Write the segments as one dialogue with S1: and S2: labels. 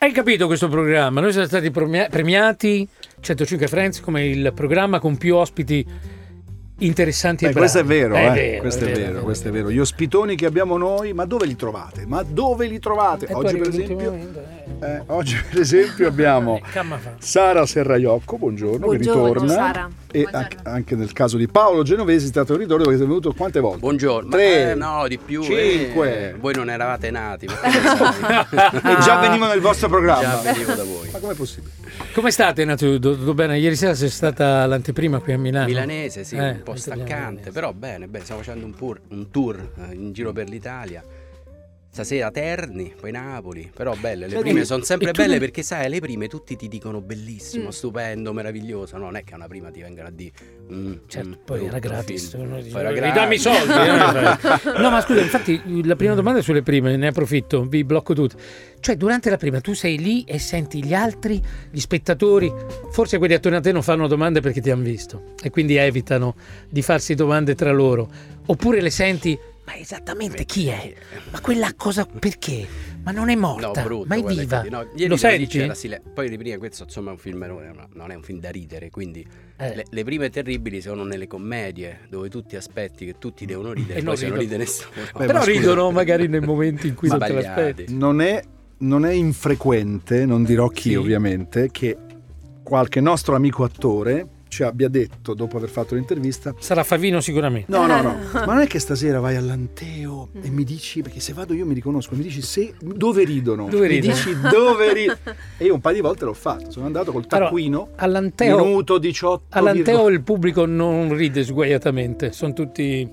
S1: Hai capito questo programma? Noi siamo stati premia- premiati 105 Friends come il programma con più ospiti interessanti
S2: Beh,
S1: e bravi.
S2: questo è vero,
S1: Eh,
S2: eh. questo è vero, questo è vero. Gli ospitoni che abbiamo noi, ma dove li trovate? Ma dove li trovate?
S1: E poi
S2: Oggi per
S1: arriva l'ultimo
S2: esempio
S1: momento, eh.
S2: eh, oggi per esempio abbiamo
S1: Eh, camma fa.
S2: Sara Serraiocco, buongiorno,
S3: Buongiorno,
S2: che ritorna.
S3: Sara.
S2: E
S3: Buongiorno.
S2: anche, anche nel caso di Paolo Genovesi, si tratta di un ritorno perché sei venuto quante volte?
S4: Buongiorno.
S2: Tre,
S4: Eh, no, di più.
S2: cinque.
S4: eh, voi non eravate nati. Ma
S2: e già veniva nel vostro
S4: già
S2: programma.
S4: venivo da voi.
S2: Ma com'è possibile?
S1: Come state innanzitutto? Tutto bene? Ieri sera c'è stata l'anteprima qui a Milano.
S4: Milanese, sì,
S1: Eh,
S4: un po'
S1: anteprima
S4: staccante,
S1: milanese.
S4: però bene, bene, stiamo facendo un, pur- un tour eh, in giro per l'Italia. Stasera Terni, poi Napoli, però belle, le
S1: Senti,
S4: prime sono
S1: e
S4: sempre
S1: tu-
S4: belle perché sai, le prime tutti ti dicono bellissimo,
S3: Mm.
S4: stupendo, meraviglioso, no, non è che a una prima ti vengano a dire... mm, mm,
S1: Certo, poi era
S4: brutto
S1: gratis.
S4: film.
S1: uno
S4: Poi
S1: dice,
S4: era
S1: Ridammi i
S4: gratis.
S1: soldi. eh. no, ma scusa, infatti la prima domanda è sulle prime, ne approfitto, vi blocco tutti. Cioè, durante la prima tu sei lì e senti gli altri, gli spettatori, forse quelli attorno a te non fanno domande perché ti hanno visto e quindi evitano di farsi domande tra loro. Oppure le senti, ma esattamente chi
S4: eh,
S1: è? Ma quella cosa perché? Ma non è morta,
S4: brutto,
S1: ma è
S4: guarda,
S1: viva.
S4: quindi, no, ieri
S1: Lo
S4: la-
S1: senti?
S4: c'era Sile- poi le prime, questo insomma è un film, eroe, ma non è un film da ridere, quindi
S1: Eh.
S4: le, le prime terribili sono nelle commedie dove tu ti aspetti che tutti devono ridere
S1: E
S4: e
S1: non
S4: poi se non ride
S1: ridono.
S4: nessuno.
S2: Beh,
S1: Però
S2: ma scusa.
S1: ridono magari nei momenti in cui non te
S4: Sbagliati.
S1: l'aspetti.
S2: Non è, non è infrequente, non dirò chi
S1: Sì.
S2: ovviamente, che qualche nostro amico attore ci abbia detto dopo aver fatto l'intervista
S1: Sarà Favino sicuramente.
S2: No, no, no. Ma non è che stasera vai all'anteo e mi dici, perché se vado io mi riconosco, mi dici se, dove ridono.
S1: Dove
S2: mi
S1: ridono.
S2: dici dove ridono. E io un paio di volte l'ho fatto. Sono andato col
S1: Allora,
S2: taccuino,
S1: all'anteo-
S2: minuto 18.
S1: All'anteo il pubblico non ride sguaiatamente, sono tutti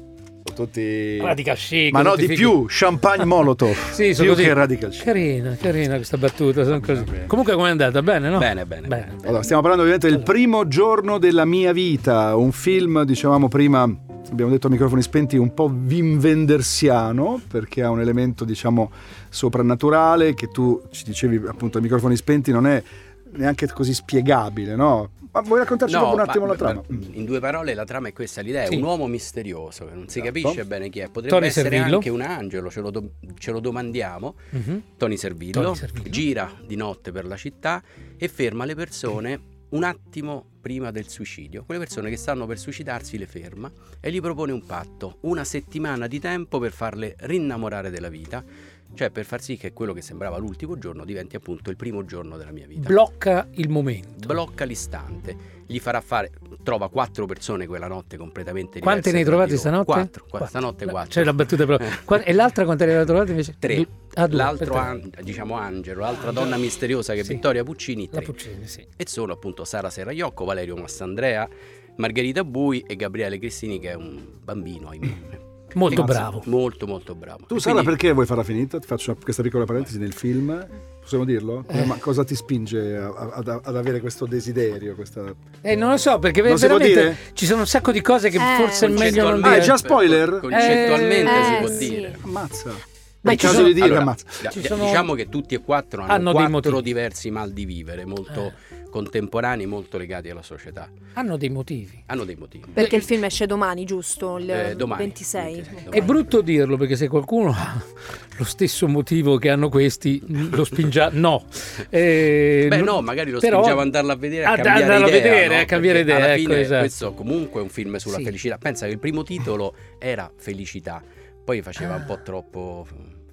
S2: Tutti...
S1: radical chic.
S2: Ma no,
S1: tutti
S2: di
S1: fighi.
S2: più, champagne molotov.
S1: Sì, sono
S2: più
S1: così.
S2: che radical chic.
S1: Carina, carina questa battuta, sono così.
S2: bene.
S1: Comunque com'è andata? Bene, no?
S4: Bene, bene, bene.
S2: Allora, stiamo parlando ovviamente del primo giorno della mia vita, un film, dicevamo prima, abbiamo detto a microfoni spenti, un po' Wim Wendersiano, perché ha un elemento, diciamo, soprannaturale che tu ci dicevi appunto a microfoni spenti non è neanche così spiegabile, no? Ma vuoi raccontarci dopo un
S4: ma-
S2: attimo la
S4: ma- mm.
S2: trama?
S4: ma- In due parole la trama è questa, l'idea è
S1: Sì.
S4: un uomo misterioso che non si
S2: Esatto.
S4: capisce bene chi è, potrebbe
S1: Tony
S4: essere
S1: Servillo.
S4: anche un angelo, ce lo, do- ce lo domandiamo,
S1: Mhm.
S4: Tony Servillo,
S1: Tony Servillo.
S4: gira di notte per la città e ferma le persone un attimo prima del suicidio. Quelle persone che stanno per suicidarsi le ferma e gli propone un patto, una settimana di tempo per farle rinnamorare della vita, cioè per far sì che quello che sembrava l'ultimo giorno diventi appunto il primo giorno della mia vita.
S1: Blocca il momento.
S4: Blocca l'istante, gli farà fare, trova quattro persone quella notte completamente diverse.
S1: Quante ne hai
S4: tra
S1: trovate
S4: di loro.
S1: stanotte?
S4: Quattro, qua- stanotte quattro.
S1: C'è la battuta però. Qua- E l'altra quante ne aveva trovate invece?
S4: Tre.
S1: Du- ah, due,
S4: L'altro,
S1: aspetta.
S4: an- diciamo Angelo, l'altra donna misteriosa che è
S1: Sì.
S4: Vittoria Puccini,
S1: La
S4: tre.
S1: Puccini, sì.
S4: e sono appunto Sara Serraiocco, Valerio Massandrea, Margherita Bui e Gabriele Cristini che è un bambino ahimè.
S1: Molto
S2: Mazza.
S1: bravo.
S4: molto molto bravo.
S2: Tu
S4: E
S2: Sara
S4: quindi
S2: perché vuoi farla finita? Ti faccio questa piccola parentesi nel film. Possiamo dirlo? Eh, Ma cosa ti spinge a- a- ad, ad avere questo desiderio? Questa...
S1: Eh, non lo so, perché
S2: Non si può
S1: veramente
S2: dire?
S1: ci sono un sacco di cose che
S3: Eh,
S1: forse è meglio non
S4: concettualmente-
S1: dire.
S2: Ah, è già spoiler?
S4: Concettualmente
S3: Eh,
S4: si può
S3: sì.
S4: dire.
S2: Ammazza.
S1: Ma
S2: Ma
S1: ci
S2: caso
S1: sono-
S2: di dire
S4: Allora,
S2: ammazza.
S4: da-
S1: Ci
S4: da-
S1: sono-
S4: Diciamo che tutti e quattro hanno,
S1: Hanno dei motivi. Eh.
S4: quattro diversi mal di vivere, molto contemporanei, molto legati alla società.
S1: Hanno dei motivi.
S4: Hanno dei motivi.
S3: Perché il film esce domani, giusto? Il
S4: Eh, domani,
S3: 26.
S4: 26,
S1: È
S4: domani.
S1: brutto dirlo perché se qualcuno ha lo stesso motivo che hanno questi, lo spingia. No, Eh,
S4: Beh,
S1: non-
S4: no, magari lo
S1: però- Ah,
S4: spingiamo ad andarlo a vedere, a
S1: Ad-
S4: cambiare
S1: andarlo a
S4: idea.
S1: vedere,
S4: no?
S1: a cambiare
S4: Perché
S1: idea,
S4: Alla
S1: ecco,
S4: fine,
S1: esatto.
S4: questo comunque è un film sulla
S1: Sì.
S4: felicità. Pensa che il primo titolo era Felicità, poi faceva un po' troppo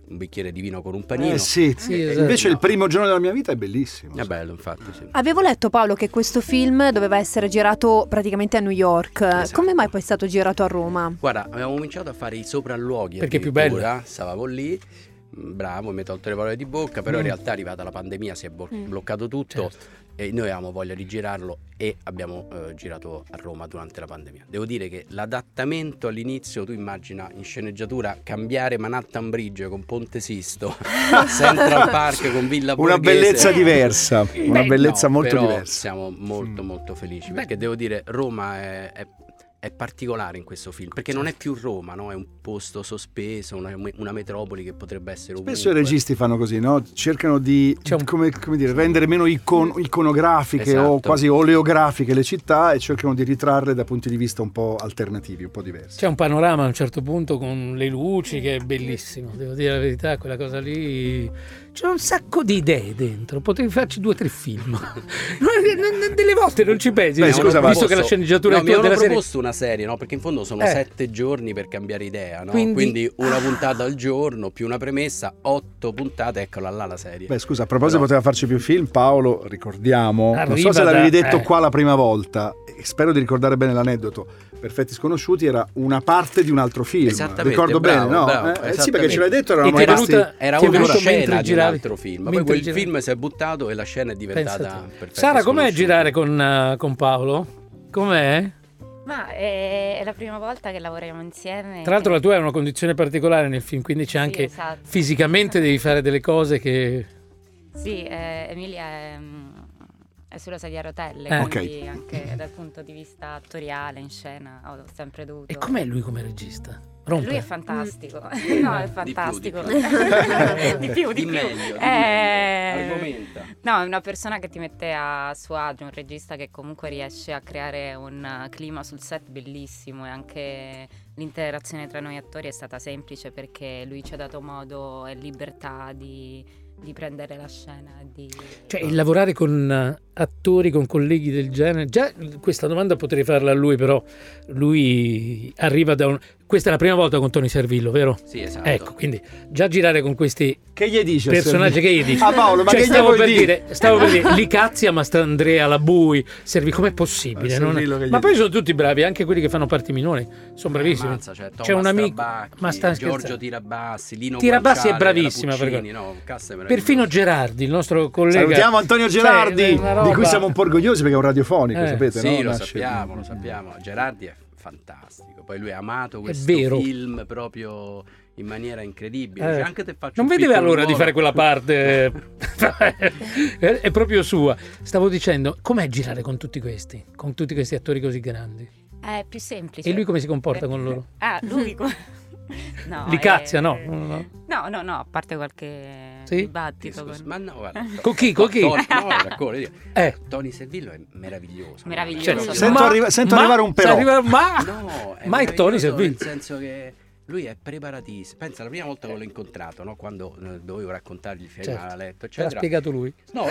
S4: un bicchiere di vino con un panino.
S2: Eh, sì.
S1: Sì,
S2: Eh,
S1: esatto.
S2: Invece
S4: No.
S2: il primo giorno della mia vita è bellissimo.
S4: È bello, infatti. sì.
S3: Avevo letto Paolo che questo film doveva essere girato praticamente a New York.
S4: Esatto.
S3: Come mai poi è stato girato a Roma?
S4: Guarda, avevamo cominciato a fare i sopralluoghi.
S1: Perché è più
S4: addirittura. Stavamo lì, mh, bravo, mi hai tolto le parole di bocca, però
S1: Mm.
S4: in realtà è arrivata la pandemia, si è bo-
S3: Mm.
S4: bloccato tutto
S1: Certo.
S4: e noi avevamo voglia di girarlo e abbiamo eh, girato a Roma durante la pandemia. Devo dire che l'adattamento all'inizio, tu immagina in sceneggiatura cambiare Manhattan Bridge con Ponte Sisto, Central Park con Villa
S2: Una
S4: Borghese.
S2: bellezza diversa, una
S1: Beh,
S2: bellezza
S4: No,
S2: molto
S4: però
S2: diversa.
S4: Siamo molto
S2: Mm.
S4: molto felici
S1: Beh.
S4: perché devo dire Roma è, è- è particolare in questo film perché non è più Roma, no? è un posto sospeso, una, una metropoli che potrebbe essere ovunque.
S2: Spesso i registi fanno così, no? cercano di
S1: C'è un-
S2: come, come dire, rendere meno icon- iconografiche o
S4: Esatto.
S2: quasi oleografiche le città e cercano di ritrarle da punti di vista un po' alternativi, un po' diversi.
S1: C'è un panorama a un certo punto con le luci che è bellissimo, devo dire la verità, quella cosa lì C'è un sacco di idee dentro, potevi farci due o tre film. Non- non- delle volte non ci pensi,
S2: Beh,
S1: visto-
S2: Eh, scusa, ma-
S1: visto che la sceneggiatura
S4: no,
S1: è
S4: mi
S1: tua
S4: hanno
S1: della serie.
S4: proposto una serie, no? Perché in fondo sono
S1: Eh.
S4: sette giorni per cambiare idea, no?
S1: Quindi-
S4: Quindi, una
S1: Ah.
S4: puntata al giorno più una premessa, otto puntate, eccola là la serie.
S2: Beh, scusa, a proposito,
S4: Però-
S2: poteva farci più film. Paolo, ricordiamo, non so
S1: Arriva
S2: se l'avevi
S1: da-
S2: detto
S1: eh.
S2: qua la prima volta, e spero di ricordare bene l'aneddoto. Perfetti Sconosciuti era una parte di un altro film.
S4: Esattamente,
S2: Ricordo
S4: bravo,
S2: bene, no?
S4: bravo,
S2: Eh, sì, perché
S4: esattamente.
S2: ce l'hai detto,
S1: E
S2: eravamo
S1: ti è
S2: rimasti.
S1: venuta-
S4: Era
S1: ti è
S4: una
S1: venuto mentre
S4: scena di un
S1: giravi.
S4: altro film. Poi
S1: Mentre
S4: quel
S1: giravi.
S4: film si è buttato e la scena è diventata
S1: Pensate.
S4: perfetta.
S1: Sara, com'è
S4: sconosciuta.
S1: girare con, eh, con Paolo? Com'è?
S5: Ma eh, è, è la prima volta che lavoriamo insieme.
S1: Tra l'altro la tua è una condizione particolare nel film, quindi c'è
S5: Sì,
S1: anche
S5: esatto.
S1: fisicamente devi fare delle cose che...
S5: Sì, eh, Emilia è, mm, è sulla sedia a rotelle,
S1: Eh.
S5: quindi anche dal punto di vista attoriale, in scena, ho sempre dovuto.
S1: E com'è lui come regista? Rompe.
S5: Lui è fantastico, no, è
S4: Di più, di più.
S5: fantastico. Di più,
S4: Di
S5: di più.
S4: meglio, di
S5: Eh,
S4: meglio. Argomenta.
S5: No, è una persona che ti mette a suo agio, un regista che comunque riesce a creare un eh, clima sul set bellissimo e anche l'interazione tra noi attori è stata semplice perché lui ci ha dato modo e libertà di, di prendere la scena. e Di...
S1: Cioè, il lavorare con eh, attori, con colleghi del genere. Già l- questa domanda potrei farla a lui, però lui arriva da un. Questa è la prima volta con Tony Servillo, vero?
S4: Sì, esatto.
S1: Ecco, quindi già girare con questi
S2: Che gli dici? a
S1: personaggi
S2: Sergio?
S1: che gli dici.
S2: Ah, Paolo, ma
S1: Cioè,
S2: che gli
S1: stavo
S2: vuoi
S1: per
S2: dire?
S1: dire, stavo per dire, li cazzia ma sta Andrea, la Bui, Servi, com'è possibile?
S2: Ah,
S1: Non-
S2: Servillo che gli
S1: Ma poi
S2: dice. Ah,
S1: sono tutti bravi, anche quelli che fanno parti minori, sono bravissimi.
S4: Ammazza, cioè, Thomas
S1: C'è un amico,
S4: Trabacchi,
S1: ma sta
S4: Giorgio
S1: scherzando.
S4: Tirabassi, Lino
S1: Tirabassi è
S4: Guanciale, la
S1: bravissima per
S4: Puccini,
S1: quello.
S4: no, cassa meravigliosa.
S1: Perfino Gerardi, il nostro collega.
S2: Salutiamo Antonio
S1: Cioè,
S2: Gerardi,
S1: una roba-
S2: di cui siamo un po' orgogliosi perché è un radiofonico,
S1: Eh.
S2: sapete?
S4: Sì,
S2: no?
S4: lo
S2: Nasce-
S4: sappiamo, lo sappiamo. Gerardi è fantastico. Poi lui ha amato questo
S1: vero.
S4: film proprio in maniera incredibile.
S1: Eh.
S4: Cioè, anche te faccio
S1: Non
S4: un
S1: vedeva
S4: piccolo
S1: l'ora di
S4: ruolo.
S1: fare quella parte, è è proprio sua. Stavo dicendo, com'è girare con tutti questi, con tutti questi attori così grandi?
S5: È più semplice.
S1: E lui come si
S4: Eh,
S1: comporta con loro?
S5: Ah, lui come... No,
S1: Li
S5: eh,
S1: cazzia, no? No.
S5: No, no, no, a parte qualche
S1: Sì?
S5: dibattito.
S4: Scusa,
S5: con-
S4: eh. Ma no, guarda.
S1: Con chi, con chi?
S4: Tony, no, racconta, io-
S1: Eh.
S4: Tony Servillo è meraviglioso.
S5: Meraviglioso.
S1: Cioè,
S5: Io
S4: no?
S2: Sento,
S1: ma-
S2: arriva- sento
S1: ma-
S2: arrivare un però.
S1: sa arrivare- ma,
S4: No, è
S1: ma è Tony
S4: meraviglioso
S1: Servillo.
S4: Nel senso che lui è preparatissimo. Pensa, la prima volta che l'ho incontrato, no? quando eh, dovevo raccontargli il film
S1: Certo.
S4: a letto,
S1: Ce l'ha
S4: eccetera.
S1: spiegato lui.
S4: No,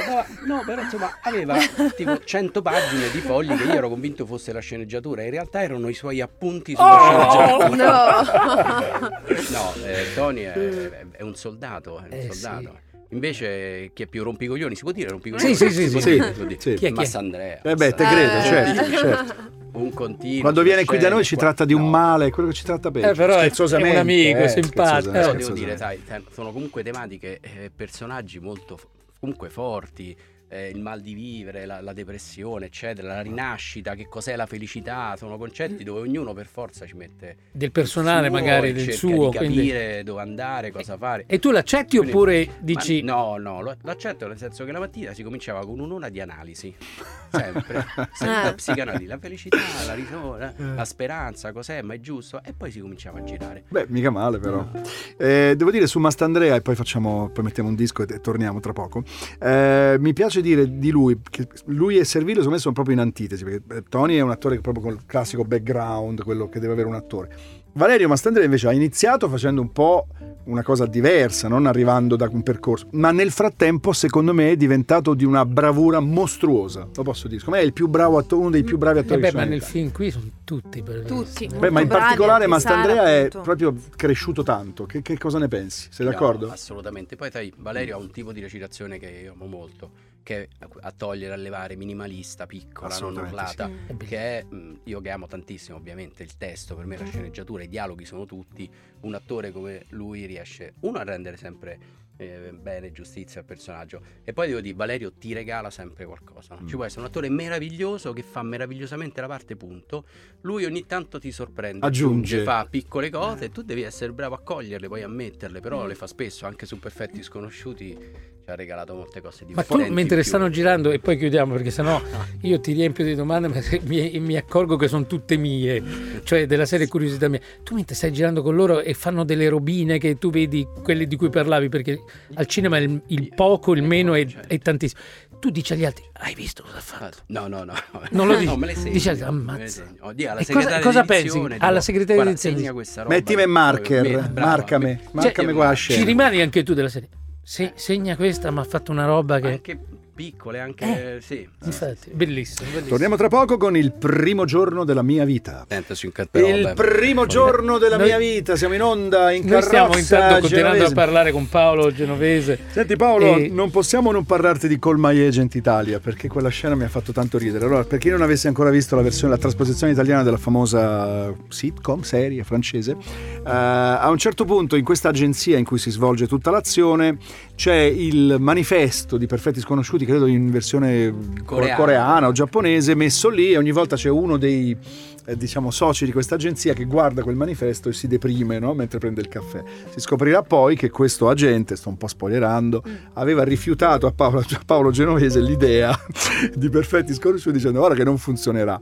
S4: no, no, però insomma aveva tipo 100 pagine di fogli che io ero convinto fosse la sceneggiatura, in realtà erano i suoi appunti sulla
S1: Oh,
S4: sceneggiatura.
S3: no.
S4: No, eh, Tony è, è un soldato, è un
S1: Eh,
S4: soldato. Invece chi è più rompicoglioni, si può dire rompicoglioni?
S1: Sì, sì, sì,
S4: Si può
S1: sì.
S4: dire, si può dire.
S1: Chi
S2: Sì.
S1: è, chi è?
S4: Massandrea.
S2: Eh beh, te credo,
S4: Massandrea.
S2: certo,
S4: Eh,
S2: certo.
S4: Un continuo.
S2: Quando
S4: sulle
S2: viene qui da
S4: scene,
S2: noi ci
S4: qua-
S2: tratta di un
S4: no.
S2: male, è quello che ci tratta bene.
S1: Eh, però è-
S2: Scherzosamente,
S1: è un amico, è
S2: eh,
S1: simpatico.
S2: scherzosamente,
S1: Eh,
S4: Però
S1: Scherzo,
S4: devo dire,
S2: scherzosamente.
S4: sai, te- sono comunque tematiche, eh, personaggi molto f- comunque forti. eh, il mal di vivere, la, la depressione, eccetera, la rinascita, che cos'è la felicità, sono concetti dove ognuno per forza ci mette
S1: Del personale,
S4: il suo
S1: magari,
S4: e
S1: del
S4: cerca
S1: suo.
S4: di
S1: quindi-
S4: capire dove andare, cosa fare.
S1: E tu l'accetti
S4: Quindi-
S1: oppure
S4: ma
S1: dici...
S4: no, no, lo, lo accetto nel senso che la mattina si cominciava con un'ora di analisi, sempre, sempre
S3: Ah.
S4: la psicanalisi, la felicità, la risona, la speranza, cos'è, ma è giusto, e poi si cominciava a girare.
S2: Beh, mica male però. Eh, devo dire su Mastandrea, e poi, facciamo, poi mettiamo un disco e, e torniamo tra poco. eh, mi piace dire di lui, che lui e Servillo secondo me sono proprio in antitesi, perché eh, Tony è un attore che proprio con il classico background, quello che deve avere un attore. Valerio Mastandrea invece ha iniziato facendo un po' una cosa diversa, non arrivando da un percorso, ma nel frattempo secondo me è diventato di una bravura mostruosa, lo posso dire, secondo me è il più bravo attore, uno dei più bravi
S1: Eh
S2: attori.
S1: beh,
S2: che
S1: ma
S2: sono in
S1: nel
S2: Italia.
S1: film qui sono tutti per
S3: Tutti.
S2: Beh, ma in
S3: bravi,
S2: particolare
S3: anche Sara,
S2: Mastandrea è
S3: appunto.
S2: proprio cresciuto tanto. Che, che cosa ne pensi? Sei
S4: No,
S2: d'accordo?
S4: assolutamente. Poi sai, Valerio ha un tipo di recitazione che io amo molto, che è a togliere, a levare, minimalista, piccola, non
S2: Assolutamente
S4: urlata.
S1: È bellissimo.
S4: Che è, mh, io che amo tantissimo ovviamente il testo, per me la sceneggiatura, i dialoghi sono tutti, un attore come lui riesce, uno a rendere sempre eh, bene giustizia al personaggio e poi devo dire Valerio ti regala sempre qualcosa, no?
S2: Mm.
S4: ci può essere un attore meraviglioso che fa meravigliosamente la parte punto, lui ogni tanto ti sorprende,
S2: Aggiunge.
S4: fa piccole cose e
S1: Eh.
S4: tu devi essere bravo a coglierle, poi a metterle,
S1: Mm.
S4: però le fa spesso anche su Perfetti Sconosciuti ci ha regalato molte cose
S1: Ma
S4: divertenti.
S1: tu mentre
S4: in più.
S1: stanno girando, e poi chiudiamo perché sennò
S2: Ah.
S1: io ti riempio di domande ma se- mi, mi accorgo che sono tutte mie, cioè della serie curiosità mia. Tu mentre stai girando con loro e fanno delle robine che tu vedi, quelle di cui parlavi, perché al cinema il, il poco, il meno è,
S2: certo.
S1: è tantissimo. Tu dici agli altri, hai visto cosa ha fatto?
S4: No, no, no.
S1: Certo. Non lo dici.
S4: No, me le segno,
S1: Dici,
S4: me le
S1: ammazza.
S4: segno. Oddio, alla
S1: E cosa-
S4: segretaria
S1: cosa
S4: di edizione,
S1: pensi?
S4: dico,
S1: Alla segretaria di
S4: "Guarda,
S1: edizione".
S4: segna questa roba.
S2: Mettimi in marker,
S4: Poi, me- brava.
S2: marcami,
S4: Cioè,
S2: marcami qua la scena.
S1: Ci rimani anche tu della serie. Se- segna questa, ma ha fatto una roba che...
S4: Anche piccole, anche...
S1: Eh.
S4: Sì.
S1: Infatti, bellissimo, bellissimo.
S2: Torniamo tra poco con il primo giorno della mia vita.
S1: Eh,
S4: Senta, ci incapperò,
S2: Il
S4: vabbè.
S2: primo giorno della
S1: Noi-
S2: mia vita, siamo in onda in
S1: Noi
S2: carrozza
S1: stiamo intanto continuando a
S2: genovese.
S1: parlare con Paolo Genovese.
S2: Senti Paolo,
S1: E-
S2: non possiamo non parlarti di Call My Agent Italia perché quella scena mi ha fatto tanto ridere. Allora, per chi non avesse ancora visto la versione, la trasposizione italiana della famosa sitcom, serie francese, eh, a un certo punto in questa agenzia in cui si svolge tutta l'azione c'è il manifesto di Perfetti Sconosciuti, credo in versione
S4: Coreana.
S2: coreana, o giapponese, messo lì e ogni volta c'è uno dei eh, diciamo soci di questa agenzia che guarda quel manifesto e si deprime no? mentre prende il caffè. Si scoprirà poi che questo agente, sto un po' spoilerando, aveva rifiutato a Paolo, a Paolo Genovese l'idea di Perfetti Sconosciuti dicendo guarda che non funzionerà.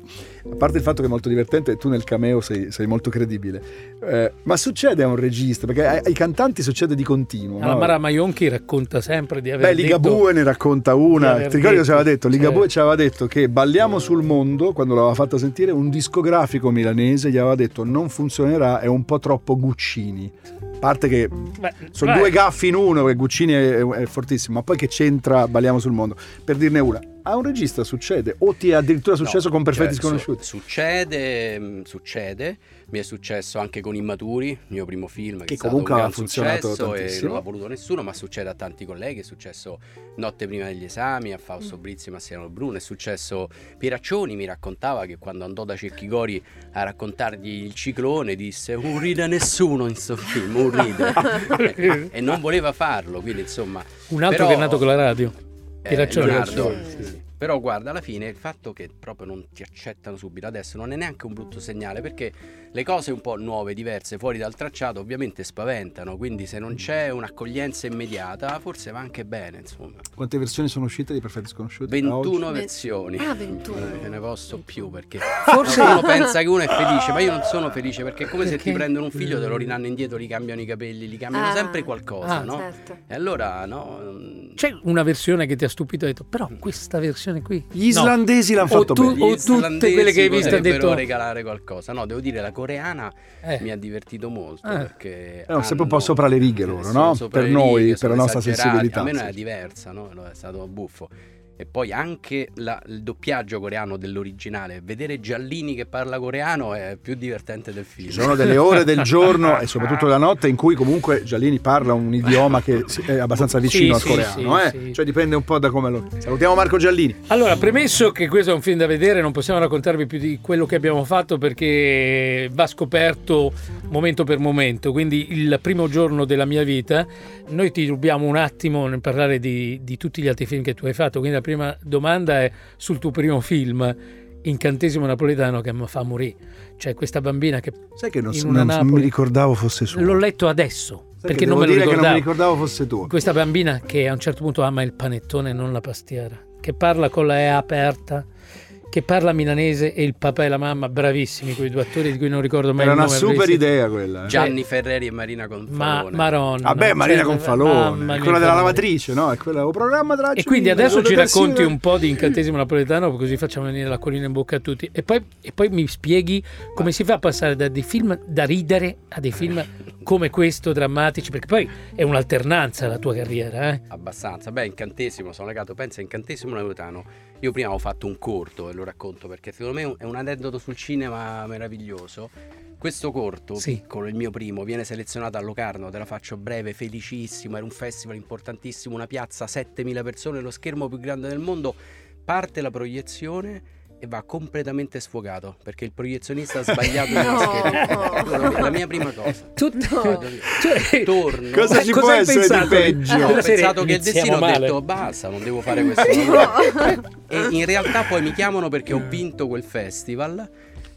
S2: A parte il fatto che è molto divertente e tu nel cameo sei, sei molto credibile. Eh, ma succede a un regista, perché ai, ai cantanti succede di continuo.
S1: Alla
S2: no?
S1: Mara Maionchi racconta sempre di aver
S2: Beh,
S1: detto...
S2: Ligabue ne racconta
S1: Di
S2: una.
S1: aver
S2: Ti ricordi
S1: detto,
S2: cosa aveva detto?
S1: sì.
S2: Ligabue ci aveva detto che Balliamo sul mondo, quando l'aveva fatta sentire, un discografico milanese gli aveva detto non funzionerà, è un po' troppo Guccini. A parte che
S1: Beh,
S2: sono
S1: vai.
S2: due gaffi in uno, perché Guccini è, è fortissimo, ma poi che c'entra Balliamo sul mondo? Per dirne una, a un regista succede, o ti è addirittura successo
S4: No,
S2: con Perfetti
S4: cioè,
S2: Sconosciuti?
S4: su- succede, mh, succede. Mi è successo anche con Immaturi, il mio primo film, che,
S2: Che
S4: è stato
S2: comunque
S4: un
S2: ha
S4: gran
S2: funzionato
S4: successo e
S2: tantissimo.
S4: non l'ha voluto nessuno, ma succede a tanti colleghi. È successo Notte prima degli esami, a Fausto Brizzi, e Massimo Bruno. È successo Pieraccioni mi raccontava che quando andò da Cerchigori a raccontargli il ciclone disse un ride nessuno in sto film, un ride. e non voleva farlo, quindi insomma...
S1: Un altro
S4: Però-
S1: che è nato con la radio.
S4: eh,
S1: Pieraccioni.
S4: Leonardo,
S2: Pieraccioni, sì.
S4: però guarda, alla fine il fatto che proprio non ti accettano subito adesso non è neanche un brutto segnale perché le cose un po' nuove, diverse, fuori dal tracciato ovviamente spaventano, quindi se non c'è un'accoglienza immediata forse va anche bene, insomma.
S2: Quante versioni sono uscite di Perfetti Sconosciuti? a oggi?
S4: 21
S3: Ve-
S4: versioni.
S3: Ah, 21.
S4: Non ne posso più perché
S1: Forse-
S4: forse uno pensa che uno è felice, ma io non sono felice perché è come se
S1: Perché?
S4: ti prendono un figlio, te lo rinanno indietro, gli cambiano i capelli, gli cambiano
S3: Ah.
S4: sempre qualcosa,
S1: Ah.
S4: no?
S3: Certo.
S4: E allora no,
S1: C'è una versione che ti ha stupito e hai detto, però questa versione qui...
S2: Gli islandesi l'hanno
S1: O
S2: fatto
S1: tu-
S2: bene.
S1: o tutte quelle che hai visto hai
S4: potrebbero
S1: detto...
S4: regalare qualcosa. No, devo dire, la coreana
S1: eh,
S4: mi ha divertito molto
S1: Eh.
S4: perché.
S2: Erano sempre un po'
S4: hanno-
S2: sopra le righe loro,
S4: sono
S2: no?
S4: sopra
S2: Per
S4: le
S2: noi,
S4: righe,
S2: per
S4: sono
S2: la nostra
S4: esagerati.
S2: sensibilità,
S4: Almeno era
S2: sì.
S4: diversa, no? No, È stato buffo. E poi anche la- il doppiaggio coreano dell'originale, vedere Giallini che parla coreano è più divertente del film.
S2: Ci sono delle ore del giorno e soprattutto la notte in cui comunque Giallini parla un idioma che si- è abbastanza
S1: Sì,
S2: vicino
S1: sì,
S2: al coreano,
S1: sì,
S2: eh?
S1: sì.
S2: cioè dipende un po' da come lo... Salutiamo Marco Giallini.
S1: Allora, premesso che questo è un film da vedere, non possiamo raccontarvi più di quello che abbiamo fatto perché va scoperto momento per momento. Quindi il primo giorno della mia vita, noi ti rubiamo un attimo nel parlare di, di tutti gli altri film che tu hai fatto. Quindi la prima domanda è sul tuo primo film, Incantesimo Napoletano, che mi fa morire. Cioè questa bambina che
S2: Sai che non,
S1: In
S2: so-
S1: una
S2: non- non
S1: Napoli.
S2: mi ricordavo fosse suo.
S1: l'ho letto adesso,
S2: Sai
S1: perché
S2: che
S1: non
S2: devo
S1: me lo
S2: dire che non
S1: ricordavo.
S2: mi ricordavo fosse tuo.
S1: Questa bambina che a un certo punto ama il panettone e non la pastiera, che parla con la E aperta, che parla milanese e il papà e la mamma, bravissimi quei due attori di cui non ricordo mai
S2: Era
S1: il
S2: una
S1: nome,
S2: super
S1: avresti-
S2: idea quella. eh.
S4: Gianni Ferreri e Marina
S1: Ma
S4: Confalone.
S1: Maronna.
S2: Vabbè, Marina
S1: cioè,
S2: Confalone,
S1: mamma mia,
S2: quella della
S1: mamma mia.
S2: lavatrice, no? È quella o programma tra
S1: E quindi adesso ci racconti un po' di incantesimo napoletano, così facciamo venire l'acquolina in bocca a tutti. E poi, e poi mi spieghi come si fa a passare da dei film da ridere a dei film come questo, drammatici, perché poi è un'alternanza la tua carriera, eh?
S4: Abbastanza, beh, incantesimo, sono legato, pensa, incantesimo napoletano. Io prima avevo fatto un corto e lo racconto perché secondo me è un aneddoto sul cinema meraviglioso. Questo corto,
S1: Sì.
S4: piccolo, il mio primo, viene selezionato a Locarno, te la faccio breve, felicissimo, era un festival importantissimo, una piazza, 7000 persone, lo schermo più grande del mondo, parte la proiezione e va completamente sfogato perché il proiezionista ha sbagliato
S3: No.
S4: lo schermo. È la mia prima cosa.
S1: Tutto... Cioè-
S4: Torno.
S2: Cosa
S1: Eh,
S2: ci
S1: cosa
S2: può
S1: hai
S2: essere
S1: pensato?
S2: di peggio?
S4: No, ho
S1: Della serie,
S4: pensato che il
S1: iniziamo
S4: destino ha
S1: male.
S4: detto basta, non devo fare questo lavoro. E in realtà poi mi chiamano perché ho vinto quel festival.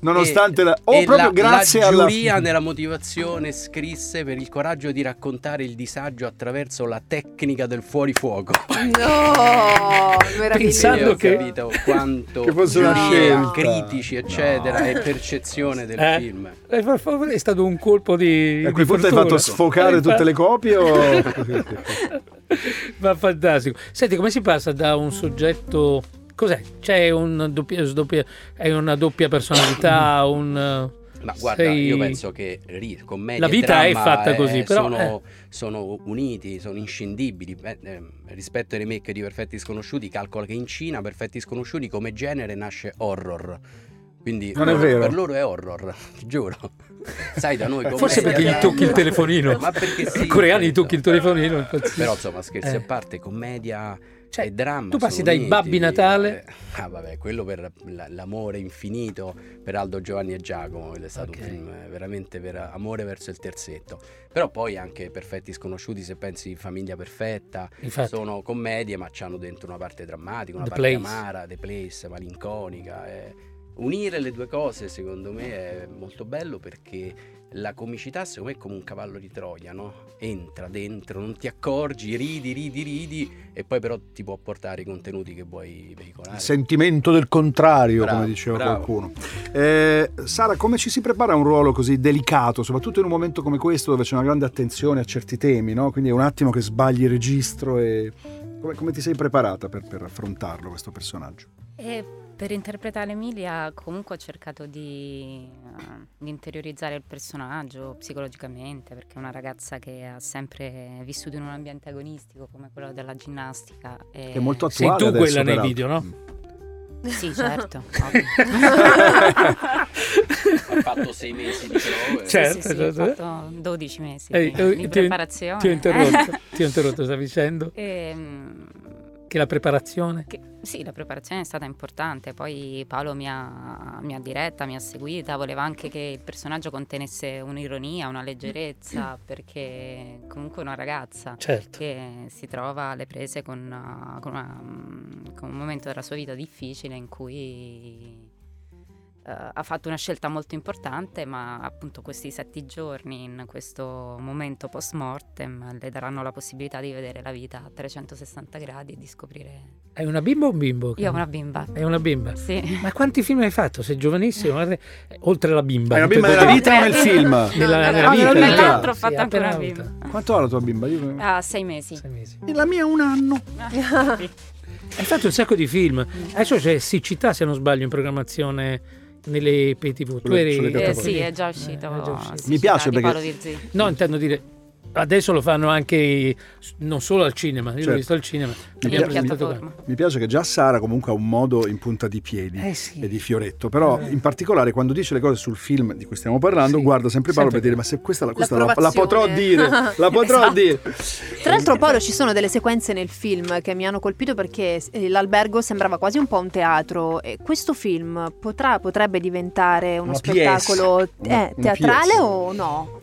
S2: Nonostante
S4: E-
S2: la...
S4: e
S2: O proprio
S4: la-
S2: grazie
S4: la
S2: alla...
S4: giuria nella motivazione scrisse per il coraggio di raccontare il disagio attraverso la tecnica del fuorifuoco.
S3: No,
S1: Pensando
S4: Quindi ho
S3: meraviglioso.
S1: che-
S4: capito quanto
S2: Che fosse
S3: una
S4: giurie,
S2: scelta.
S4: critici, eccetera,
S2: No.
S4: e percezione del
S1: Eh?
S4: film.
S1: Eh, per favore, È stato un colpo di.
S2: E a quel
S1: di
S2: punto hai
S1: fortuna.
S2: fatto sfocare
S1: Eh,
S2: tutte le copie o...
S1: Oh. Ma fantastico. Senti, come si passa da un soggetto. Cos'è? C'è un doppia, sdoppia- è una doppia personalità, un. eh,
S4: Ma guarda,
S1: Sei-
S4: io penso che ri- commedia
S1: La
S4: e
S1: vita è
S4: dramma,
S1: fatta
S4: eh,
S1: così, però,
S4: sono, sono uniti, sono inscindibili. Beh, eh, rispetto ai remake di Perfetti Sconosciuti, calcola che in Cina Perfetti Sconosciuti come genere nasce horror. Quindi
S2: Non è
S4: loro-
S2: vero.
S4: per loro è horror, ti giuro. Sai, da noi
S1: Forse
S4: commedia,
S1: perché gli
S4: dramma-
S1: tocchi il telefonino.
S4: Ma perché sì,
S1: I coreani
S4: certo.
S1: tocchi il telefonino. impazziscono.
S4: Però insomma, scherzi
S1: Eh.
S4: a parte, commedia
S1: Cioè,
S4: e dramma.
S1: tu passi
S4: sono
S1: dai
S4: uniti. eh,
S1: Babbi Natale-
S4: Ah, vabbè, quello per la- l'amore infinito per Aldo Giovanni e Giacomo. Ed è stato
S1: Ok.
S4: un film eh, veramente per amore verso il terzetto. Però poi anche Perfetti Sconosciuti, se pensi Famiglia Perfetta,
S1: Infatti,
S4: sono commedie, ma hanno dentro una parte drammatica, una
S1: The
S4: parte
S1: Place.
S4: amara, The Place, malinconica. eh. Unire le due cose, secondo me, è molto bello perché. La comicità, secondo me, è come un cavallo di Troia, no? Entra dentro, non ti accorgi, ridi, ridi, ridi, e poi però ti può portare i contenuti che vuoi veicolare.
S2: Il sentimento del contrario,
S4: Bravo,
S2: come diceva
S4: bravo.
S2: qualcuno. Eh, Sara, come ci si prepara a un ruolo così delicato, soprattutto in un momento come questo dove c'è una grande attenzione a certi temi, no? quindi è un attimo che sbagli il registro e... Come, come ti sei preparata per, per affrontarlo questo personaggio?
S5: E per interpretare Emilia comunque ho cercato di, eh, di interiorizzare il personaggio psicologicamente perché è una ragazza che ha sempre vissuto in un ambiente agonistico come quello della ginnastica. e-
S2: Che è molto
S1: sei
S2: attuale
S1: tu
S2: adesso,
S1: quella nei
S2: peraltro.
S1: video, no?
S5: Sì, certo. ovvio.
S4: Ha fatto sei mesi di eh. prove.
S1: Certo.
S5: sì, sì, sì, ho fatto 12 mesi
S1: Ehi,
S5: di,
S1: eh,
S5: di
S1: ti ho-
S5: preparazione.
S1: Ti ho interrotto, ti ho interrotto, stavi dicendo
S5: Ehm,
S1: che la preparazione...
S5: Che- sì, la preparazione è stata importante, poi Paolo mi ha, mi ha diretta, mi ha seguita, voleva anche che il personaggio contenesse un'ironia, una leggerezza, perché comunque è una ragazza
S1: Certo.
S5: che si trova alle prese con, uh, con una, mm, con un momento della sua vita difficile in cui eh, ha fatto una scelta molto importante, ma appunto questi sette giorni in questo momento post mortem le daranno la possibilità di vedere la vita a 360 gradi e di scoprire...
S1: È una bimba o un bimbo?
S5: Io ho una bimba.
S1: È una bimba.
S5: Sì.
S1: Ma quanti film hai fatto? Sei giovanissimo, guarda, eh, oltre alla bimba.
S2: È una bimba
S1: Non
S2: nella
S1: puoi-
S2: vita o nel film?
S1: Nella,
S5: No,
S1: nella
S2: no,
S1: vita.
S2: nella vita.
S5: Nell'altro ho fatto anche
S1: appena
S5: una
S1: avuta.
S5: bimba.
S2: Quanto ha la tua bimba? Io-
S5: Ah, sei mesi.
S1: Sei mesi.
S2: E La mia ha un anno.
S1: Hai fatto un sacco di film. Adesso c'è Siccità, se non sbaglio, in programmazione nelle PTV. Tu
S2: Sulle-
S1: eri...
S2: sulle
S5: Eh,
S2: piattaforme.
S5: sì, è già uscito.
S1: Eh, è già uscito.
S5: sì,
S2: Mi
S5: sì,
S2: piace
S5: di Paolo
S2: perché-
S5: Virzì.
S1: No, intendo dire... Adesso lo fanno anche, i- non solo al cinema, io l'ho
S2: Certo.
S1: visto al cinema.
S5: Nella
S1: L'abbiamo presentato qua.
S5: piattaforma.
S2: Mi piace che già Sara comunque ha un modo in punta di piedi.
S1: Eh sì.
S2: e di Fioretto, però in particolare quando dice le cose sul film di cui stiamo parlando,
S1: Sì.
S2: guarda sempre Paolo
S1: Sempre.
S2: per dire ma se questa, la, questa la, la
S3: L'approvazione.
S2: potrò dire, la potrò
S3: Esatto.
S2: dire.
S3: Tra l'altro Paolo ci sono delle sequenze nel film che mi hanno colpito perché eh, l'albergo sembrava quasi un po' un teatro e questo film potrà- potrebbe diventare uno
S2: Una
S3: spettacolo
S2: pièce. Una-
S3: eh,
S2: una
S3: teatrale
S2: pièce.
S3: o no?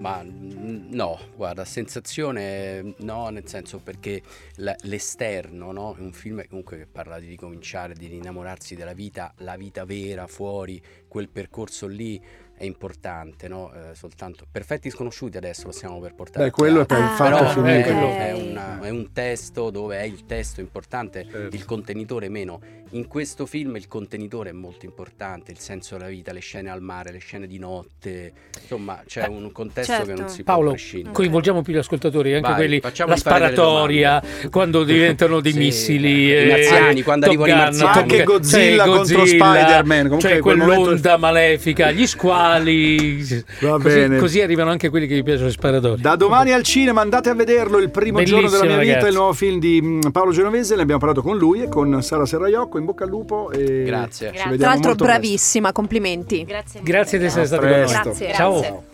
S4: Ma mm, no, guarda, sensazione eh, no, nel senso perché la- l'esterno, no? È un film che comunque che parla di ricominciare, di innamorarsi della vita, la vita vera, fuori, quel percorso lì è importante, no? Eh, soltanto perfetti sconosciuti adesso lo stiamo per portare.
S2: Beh,
S4: a
S2: quello è Eh.
S4: teatro,
S2: poi il
S3: Ah,
S2: fatto
S4: però
S1: eh,
S4: è,
S2: finito.
S1: quello-
S4: è una- è un testo dove è il testo importante,
S2: Certo.
S4: il contenitore meno. In questo film il contenitore è molto importante, il senso della vita, le scene al mare, le scene di notte, insomma c'è
S1: Eh,
S4: un contesto
S3: certo.
S4: che non si può
S1: Paolo,
S4: prescindere.
S1: coinvolgiamo più gli ascoltatori, anche
S4: Vai,
S1: quelli,
S4: facciamoli
S1: la
S4: fare delle
S1: sparatoria, quando diventano dei
S4: Sì,
S1: missili,
S4: i
S1: eh,
S4: marziani, quando
S1: Top
S4: arrivano i
S1: Gun,
S4: marziani.
S1: Top
S4: Ma anche
S1: Gun,
S2: Godzilla
S1: cioè,
S2: contro
S1: Godzilla,
S2: Spider-man, comunque
S1: cioè
S2: in quel
S1: quell'onda
S2: momento-
S1: malefica, gli squali,
S2: Va
S1: così,
S2: bene.
S1: così arrivano anche quelli che gli piacciono le sparatorie.
S2: Da domani al cinema andate a vederlo il primo giorno
S1: Bellissimo,
S2: della mia vita,
S1: ragazzi.
S2: il nuovo film di mm, Paolo Genovese, ne abbiamo parlato con lui e con Sara Serraiocco, in bocca al lupo e
S4: Grazie.
S2: ci
S5: Tra
S2: vediamo
S3: Tra l'altro
S2: molto presto.
S3: bravissima, complimenti.
S5: Grazie mille.
S1: Grazie di essere
S2: A
S1: stati con noi.
S2: presto.
S3: Grazie,
S1: Ciao.
S3: grazie.